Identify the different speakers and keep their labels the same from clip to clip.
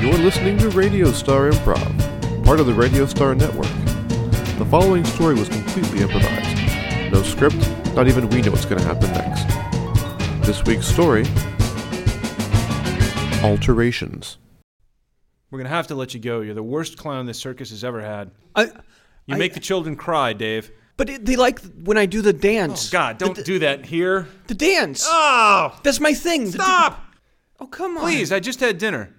Speaker 1: You're listening to Radio Star Improv, part of the Radio Star Network. The following story was completely improvised. No script, not even we know what's going to happen next. This week's story Alterations.
Speaker 2: We're gonna have to let you go. You're the worst clown this circus has ever had.
Speaker 3: I,
Speaker 2: You
Speaker 3: I-
Speaker 2: make the children cry, Dave.
Speaker 3: but it, they like when I do Oh, the dance.
Speaker 2: Oh, God, don't do that here.
Speaker 3: The dance.
Speaker 2: Oh,
Speaker 3: That's my thing. The-
Speaker 2: stop!
Speaker 3: oh, come on.
Speaker 2: Please, I just had dinner.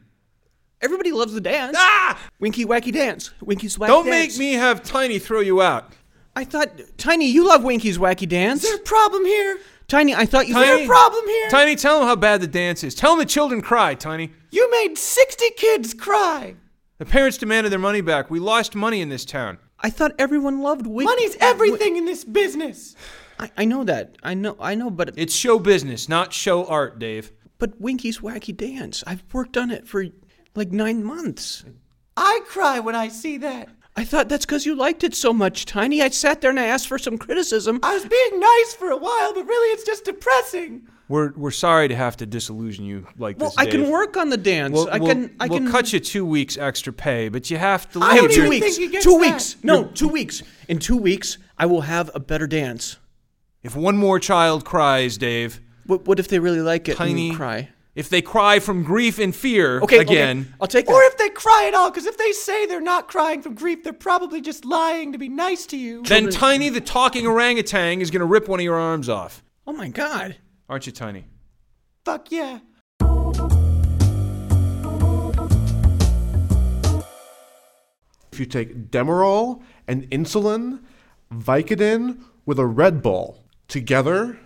Speaker 3: Everybody loves the dance.
Speaker 2: Ah!
Speaker 3: Winky wacky dance. Winky's wacky
Speaker 2: Don't
Speaker 3: dance.
Speaker 2: make me have Tiny throw you out.
Speaker 3: I thought, Tiny, you love Winky's wacky dance.
Speaker 4: Is there a problem here?
Speaker 3: Tiny, I thought you.
Speaker 2: Tiny-
Speaker 4: Is there a problem here?
Speaker 2: Tiny, tell them how bad the dance is. Tell them the children cry, Tiny.
Speaker 4: You made 60 kids cry.
Speaker 2: The parents demanded their money back. We lost money in this town.
Speaker 3: I thought everyone loved Winky.
Speaker 4: Money's everything in this business.
Speaker 3: I, I know that. I know. I know. But
Speaker 2: It's show business, not show art, Dave.
Speaker 3: but Winky's wacky dance. I've worked on it for like nine months.
Speaker 4: I cry when I see that.
Speaker 3: I thought that's because you liked it so much, Tiny. I sat there and I asked for some criticism.
Speaker 4: I was being nice for a while, but really it's just depressing.
Speaker 2: We're we're sorry to have to disillusion you like
Speaker 3: well,
Speaker 2: this.
Speaker 3: I can
Speaker 2: Dave.
Speaker 3: work on the dance.
Speaker 2: We'll,
Speaker 3: I
Speaker 2: we'll-
Speaker 3: can. I
Speaker 2: we'll
Speaker 3: can
Speaker 2: cut you two weeks extra pay, but you have to.
Speaker 4: I
Speaker 2: live
Speaker 4: don't
Speaker 2: your-
Speaker 3: two
Speaker 4: even
Speaker 3: weeks.
Speaker 4: think he gets
Speaker 3: Two
Speaker 4: that.
Speaker 3: weeks. No, two weeks. In two weeks, I will have a better dance.
Speaker 2: If one more child cries, Dave,
Speaker 3: What, what if they really like it
Speaker 2: Tiny,
Speaker 3: and cry?
Speaker 2: If they cry from grief and fear
Speaker 3: Okay,
Speaker 2: again,
Speaker 3: okay, I'll take that.
Speaker 4: Or if they cry at all, because if they say they're not crying from grief, they're probably just lying to be nice to you.
Speaker 2: then Tiny the talking orangutan is going to rip one of your arms off.
Speaker 3: oh my god.
Speaker 2: Aren't you, Tiny?
Speaker 4: Fuck yeah.
Speaker 1: If you take Demerol and insulin, Vicodin with a Red Bull together,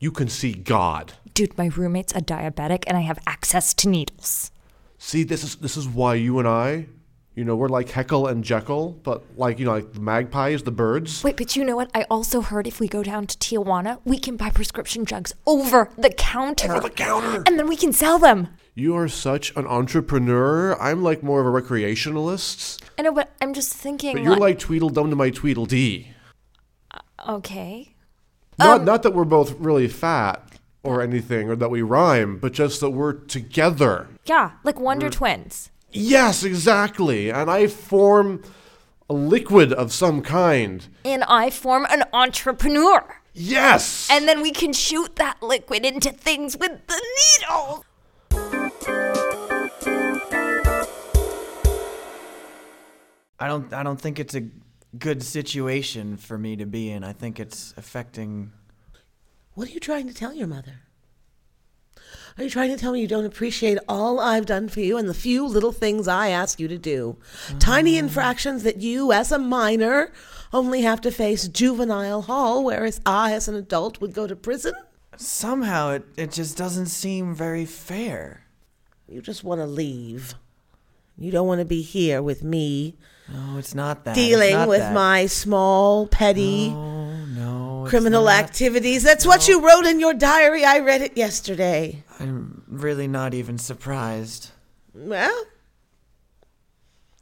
Speaker 1: you can see God.
Speaker 5: Dude, my roommate's a diabetic and I have access to needles.
Speaker 1: See, this is this is why you and I, you know, we're like Heckle and Jekyll, but like you know, like the magpies, the birds.
Speaker 5: Wait, but you know what? I also heard if we go down to Tijuana, we can buy prescription drugs over the counter.
Speaker 1: Over the counter.
Speaker 5: And then we can sell them.
Speaker 1: You are such an entrepreneur. I'm like more of a recreationalist,
Speaker 5: I know, but I'm just thinking.
Speaker 1: but you're like Tweedledum to my Tweedledee.
Speaker 5: okay.
Speaker 1: Not not that we're both really fat or anything, or that we rhyme, but just that we're together.
Speaker 5: Yeah, like Wonder Twins.
Speaker 1: Yes, exactly. And I form a liquid of some kind.
Speaker 5: And I form an entrepreneur.
Speaker 1: Yes.
Speaker 5: And then we can shoot that liquid into things with the needle.
Speaker 4: I don't I don't think it's a good situation for me to be in. I think it's affecting
Speaker 6: What are you trying to tell your mother? Are you trying to tell me you don't appreciate all I've done for you and the few little things I ask you to do? Tiny
Speaker 4: Oh.
Speaker 6: infractions that you, as a minor, only have to face juvenile hall, whereas I, as an adult, would go to prison?
Speaker 4: somehow it, it just doesn't seem very fair.
Speaker 6: You just want to leave. You don't want to be here with me,
Speaker 4: No, it's not that. It's
Speaker 6: dealing
Speaker 4: not
Speaker 6: with
Speaker 4: that.
Speaker 6: my small, petty
Speaker 4: no it's
Speaker 6: criminal
Speaker 4: not.
Speaker 6: activities. That's what you wrote in your diary. I read it yesterday.
Speaker 4: I'm really not even surprised.
Speaker 6: Well,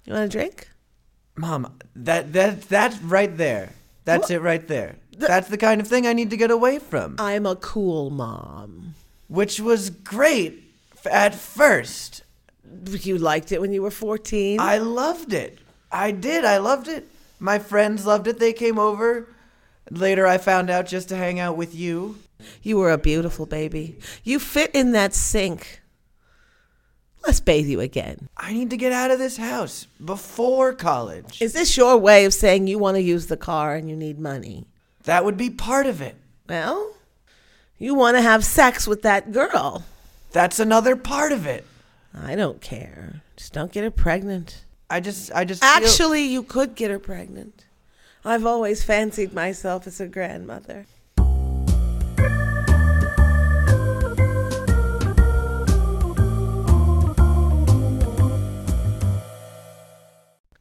Speaker 6: you want a drink?
Speaker 4: Mom, that that that's right there. That's it right there. that's the kind of thing I need to get away from.
Speaker 6: I'm a cool mom.
Speaker 4: which was great f- at first.
Speaker 6: You liked it when you were 14.
Speaker 4: I loved it. I did. I loved it. My friends loved it. They came over. Later I found out just to hang out with you.
Speaker 6: you were a beautiful baby. You fit in that sink. Let's bathe you again.
Speaker 4: I need to get out of this house before college.
Speaker 6: Is this your way of saying you want to use the car and you need money?
Speaker 4: that would be part of it.
Speaker 6: Well, you want to have sex with that girl.
Speaker 4: That's another part of it.
Speaker 6: I don't care. Just don't get her pregnant.
Speaker 4: I just I just feel-
Speaker 6: Actually, you could get her pregnant. I've always fancied myself as a grandmother.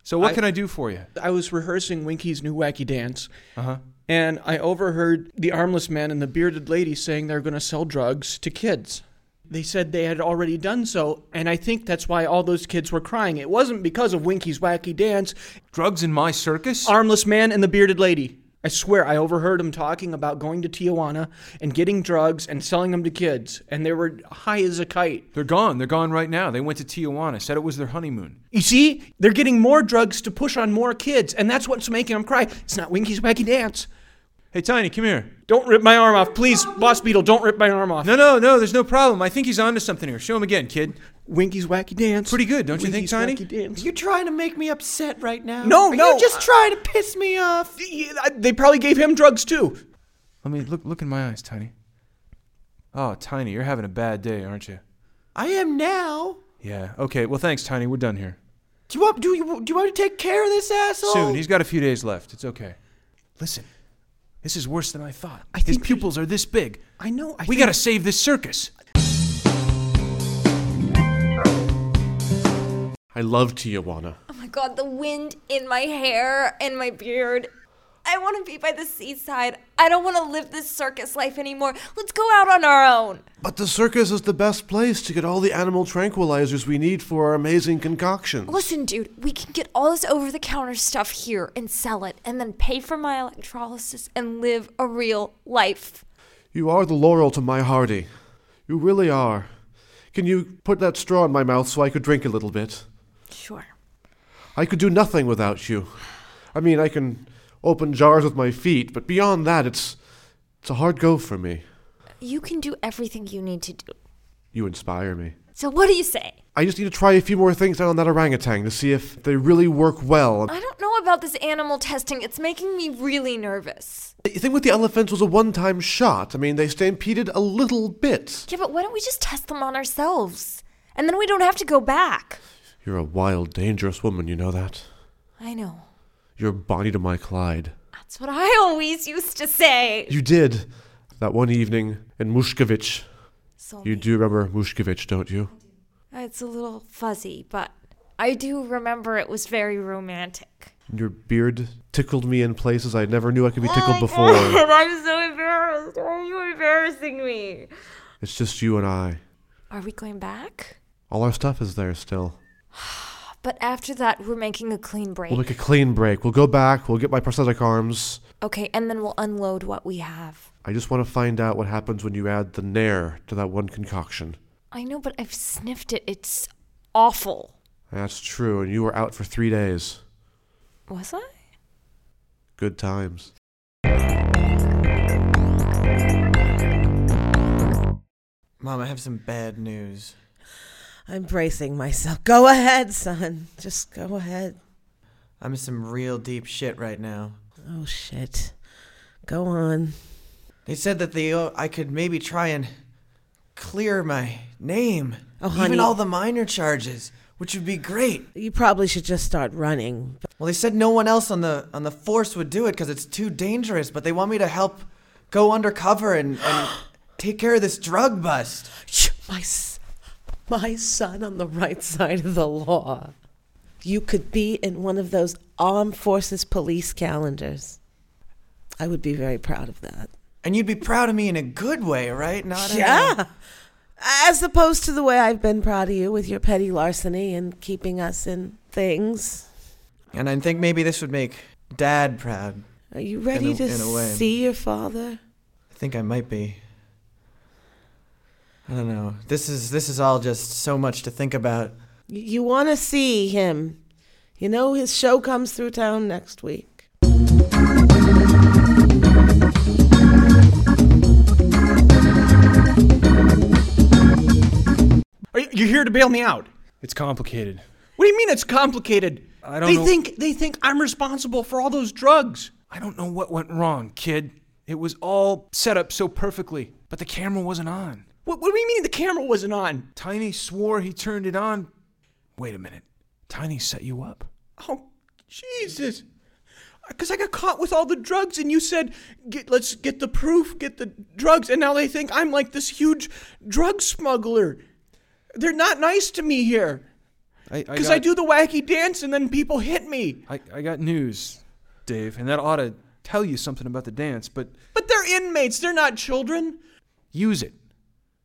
Speaker 2: So what
Speaker 3: I-
Speaker 2: can I do for you?
Speaker 3: I was rehearsing Winky's new wacky dance.
Speaker 4: Uh-huh.
Speaker 3: And I overheard the armless man and the bearded lady saying they're going to sell drugs to kids. They said they had already done so, and I think that's why all those kids were crying. It wasn't because of Winky's wacky dance,
Speaker 2: Drugs in my circus?
Speaker 3: armless man and the bearded lady. I swear I overheard him talking about going to Tijuana and getting drugs and selling them to kids, and they were high as a kite.
Speaker 2: They're gone. They're gone right now. They went to Tijuana. Said it was their honeymoon.
Speaker 3: You see, they're getting more drugs to push on more kids, and that's what's making them cry. It's not Winky's Wacky Dance.
Speaker 2: Hey, Tiny, come here.
Speaker 3: Don't rip my arm off, please, Boss Beetle. Don't rip my arm off.
Speaker 2: No, no, no. There's no problem. I think he's onto something here. Show him again, kid.
Speaker 3: Winky's Wacky Dance.
Speaker 2: Pretty good, don't you think,
Speaker 3: Winky's
Speaker 2: Tiny?
Speaker 3: Wacky Dance.
Speaker 4: You're trying to make me upset right now.
Speaker 3: No,
Speaker 4: Are
Speaker 3: no,
Speaker 4: You're just
Speaker 3: I-
Speaker 4: trying to piss me off.
Speaker 3: Yeah, I- They probably gave him drugs too.
Speaker 2: Let me look. Look in my eyes, Tiny. Oh, Tiny, you're having a bad day, aren't you?
Speaker 4: I am now.
Speaker 2: Yeah. Okay. Well, thanks, Tiny. We're done here.
Speaker 4: Do you want? Do you? Do you want to take care of this asshole?
Speaker 2: Soon. He's got a few days left. It's okay. Listen, this is worse than I thought.
Speaker 3: I
Speaker 2: His
Speaker 3: think we-
Speaker 2: pupils are this big.
Speaker 3: I know. I
Speaker 2: we
Speaker 3: think-
Speaker 2: gotta save this circus.
Speaker 1: I love Tijuana.
Speaker 5: Oh my god, the wind in my hair and my beard. I want to be by the seaside. I don't want to live this circus life anymore. Let's go out on our own.
Speaker 1: But the circus is the best place to get all the animal tranquilizers we need for our amazing concoctions.
Speaker 5: Listen, dude, we can get all this over the counter stuff here and sell it and then pay for my electrolysis and live a real life.
Speaker 1: You are the laurel to my Hardy. You really are. Can you put that straw in my mouth so I could drink a little bit?
Speaker 5: Sure.
Speaker 1: I could do nothing without you. I mean, I can open jars with my feet, but beyond that, it's it's a hard go for me.
Speaker 5: You can do everything you need to do.
Speaker 1: You inspire me.
Speaker 5: So, what do you say?
Speaker 1: I just need to try a few more things down on that orangutan to see if they really work well.
Speaker 5: I don't know about this animal testing. It's making me really nervous.
Speaker 1: The thing with the elephants was a one-time shot. I mean, they stampeded a little bit.
Speaker 5: Yeah, but why don't we just test them on ourselves? And then we don't have to go back.
Speaker 1: You're a wild, dangerous woman, you know that?
Speaker 5: I know.
Speaker 1: You're Bonnie to my Clyde.
Speaker 5: That's what I always used to say.
Speaker 1: You did that one evening in Mushkovich.
Speaker 5: So
Speaker 1: You do remember Mushkovich, don't you?
Speaker 5: it's a little fuzzy, but I do remember it was very romantic.
Speaker 1: Your beard tickled me in places I never knew I could be tickled before.
Speaker 5: And I'm so embarrassed. Why are you embarrassing me?
Speaker 1: It's just you and I.
Speaker 5: Are we going back?
Speaker 1: All our stuff is there still.
Speaker 5: But after that, we're making a clean break.
Speaker 1: We'll make a clean break. We'll go back. We'll get my prosthetic arms.
Speaker 5: okay, and then we'll unload what we have.
Speaker 1: I just want to find out what happens when you add the Nair to that one concoction.
Speaker 5: I know, but I've sniffed it. It's awful.
Speaker 1: That's true, and you were out for three days.
Speaker 5: Was I?
Speaker 1: Good times.
Speaker 4: Mom, I have some bad news.
Speaker 6: I'm bracing myself. Go ahead, son. Just go ahead.
Speaker 4: I'm in some real deep shit right now.
Speaker 6: Oh shit. Go on.
Speaker 4: They said that they uh, I could maybe try and clear my name,
Speaker 6: Oh,
Speaker 4: even
Speaker 6: honey.
Speaker 4: all the minor charges, which would be great.
Speaker 6: You probably should just start running.
Speaker 4: Well, they said no one else on the on the force would do it because it's too dangerous, but they want me to help go undercover and, and take care of this drug bust.
Speaker 6: Shh, My s- my son on the right side of the law. You could be in one of those armed forces police calendars. I would be very proud of that.
Speaker 4: And you'd be proud of me in a good way, right? Not in a-
Speaker 6: Yeah. As opposed to the way I've been proud of you with your petty larceny and keeping us in things.
Speaker 4: and I think maybe this would make Dad proud.
Speaker 6: Are you ready
Speaker 4: a-
Speaker 6: to
Speaker 4: in a way.
Speaker 6: see your father?
Speaker 4: I think I might be. I don't know. This is this is all just so much to think about.
Speaker 6: You, you want to see him. You know, his show comes through town next week.
Speaker 3: Are you, you're here to bail me out.
Speaker 2: It's complicated.
Speaker 3: What do you mean it's complicated?
Speaker 2: I don't
Speaker 3: They
Speaker 2: know-
Speaker 3: think they think I'm responsible for all those drugs.
Speaker 2: I don't know what went wrong, kid. It was all set up so perfectly, but the camera wasn't on.
Speaker 3: What, what do you mean the camera wasn't on?
Speaker 2: Tiny swore he turned it on. Wait a minute. Tiny set you up.
Speaker 3: Oh, Jesus. Because I got caught with all the drugs, and you said, get, let's get the proof, get the drugs. And now they think I'm like this huge drug smuggler. They're not nice to me here. Because I, do the wacky dance, and then people hit me.
Speaker 2: I, I got news, Dave, and that ought to tell you something about the dance, but
Speaker 3: But they're inmates, they're not children.
Speaker 2: use it.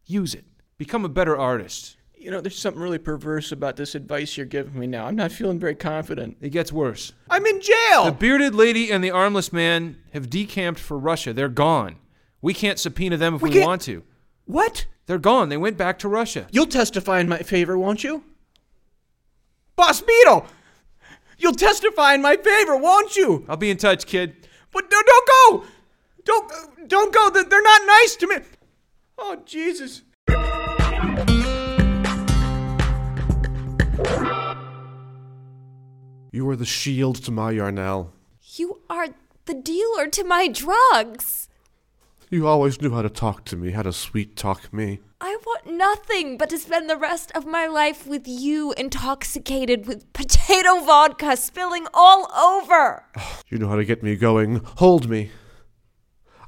Speaker 2: Use it. Become a better artist.
Speaker 3: You know, there's something really perverse about this advice you're giving me now. I'm not feeling very confident.
Speaker 2: It gets worse.
Speaker 3: I'm in jail.
Speaker 2: The bearded lady and the armless man have decamped for Russia. They're gone. We can't subpoena them if we,
Speaker 3: can't-
Speaker 2: want to.
Speaker 3: what?
Speaker 2: They're gone. They went back to Russia.
Speaker 3: You'll testify in my favor, won't you? Boss Beetle! You'll testify in my favor, won't you?
Speaker 2: I'll be in touch, kid.
Speaker 3: But don't, don't go! Don't don't go. They're- They're not nice to me. Oh, Jesus.
Speaker 1: You are the shield to my Yarnell.
Speaker 5: You are the dealer to my drugs.
Speaker 1: You always knew how to talk to me, how to sweet talk me.
Speaker 5: I want nothing but to spend the rest of my life with you, intoxicated with potato vodka spilling all over.
Speaker 1: You know how to get me going. Hold me.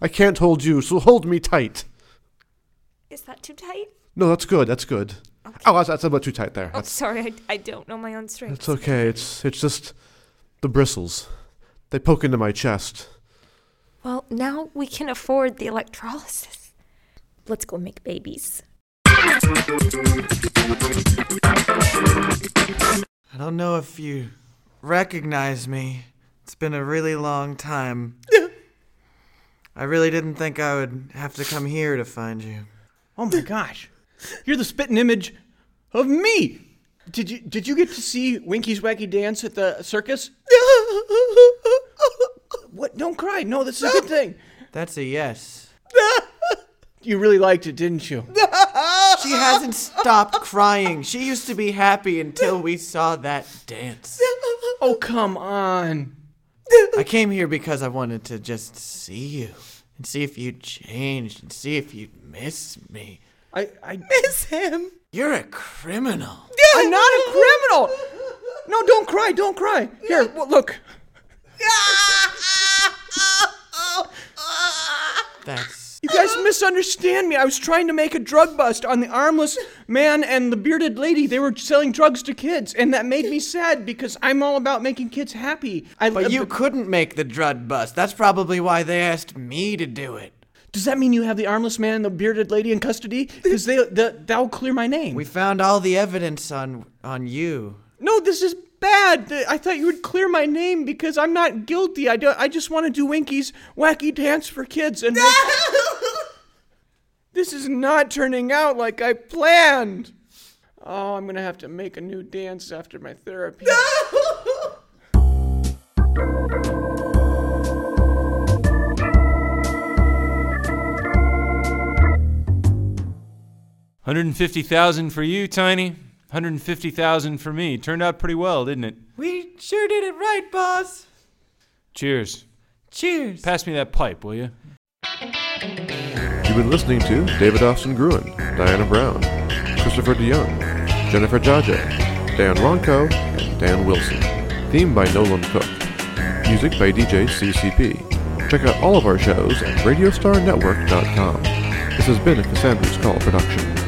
Speaker 1: I can't hold you, so hold me tight.
Speaker 5: Is that too tight?
Speaker 1: No, that's good. That's good. Oh, that's, that's a bit too tight there.
Speaker 5: Oh,
Speaker 1: That's,
Speaker 5: sorry, I, I don't know my own strength.
Speaker 1: that's okay. It's it's just the bristles. They poke into my chest.
Speaker 5: Well, now we can afford the electrolysis. Let's go make babies.
Speaker 4: I don't know if you recognize me. It's been a really long time. I really didn't think I would have to come here to find you.
Speaker 3: Oh my gosh. You're the spitting image of me. Did you did you get to see Winky's wacky dance at the circus? What? Don't cry. No, this is a good thing.
Speaker 4: That's a yes.
Speaker 3: You really liked it, didn't you?
Speaker 4: She hasn't stopped crying. She used to be happy until we saw that dance.
Speaker 3: Oh, come on.
Speaker 4: I came here because I wanted to just see you and see if you'd changed and see if you'd miss me.
Speaker 3: I I miss him.
Speaker 4: You're a criminal.
Speaker 3: I'm not a criminal. No, don't cry. Don't cry. Here, well, look.
Speaker 4: That's
Speaker 3: You guys misunderstand me. I was trying to make a drug bust on the armless man and the bearded lady. They were selling drugs to kids, and that made me sad because I'm all about making kids happy. I
Speaker 4: But you couldn't make the drug bust. That's probably why they asked me to do it.
Speaker 3: Does that mean you have the armless man and the bearded lady in custody? Because they the, that'll clear my name.
Speaker 4: We found all the evidence on on you.
Speaker 3: no, this is bad. Th- I thought you would clear my name because I'm not guilty. I don't. I just want to do Winky's wacky dance for kids and. this is not turning out like I planned. Oh, I'm gonna have to make a new dance after my therapy.
Speaker 2: Hundred and fifty thousand for you, Tiny. Hundred and fifty thousand for me. Turned out pretty well, didn't it?
Speaker 4: We sure did it right, boss.
Speaker 2: Cheers.
Speaker 4: Cheers.
Speaker 2: Pass me that pipe, will you?
Speaker 1: You've been listening to David Austin Gruen, Diana Brown, Christopher DeYoung, Jennifer Jaja, Dan Ronco, and Dan Wilson. Theme by Nolan Cook. Music by DJ CCP. Check out all of our shows at RadiostarNetwork.com. This has been a Cassandra's Call production.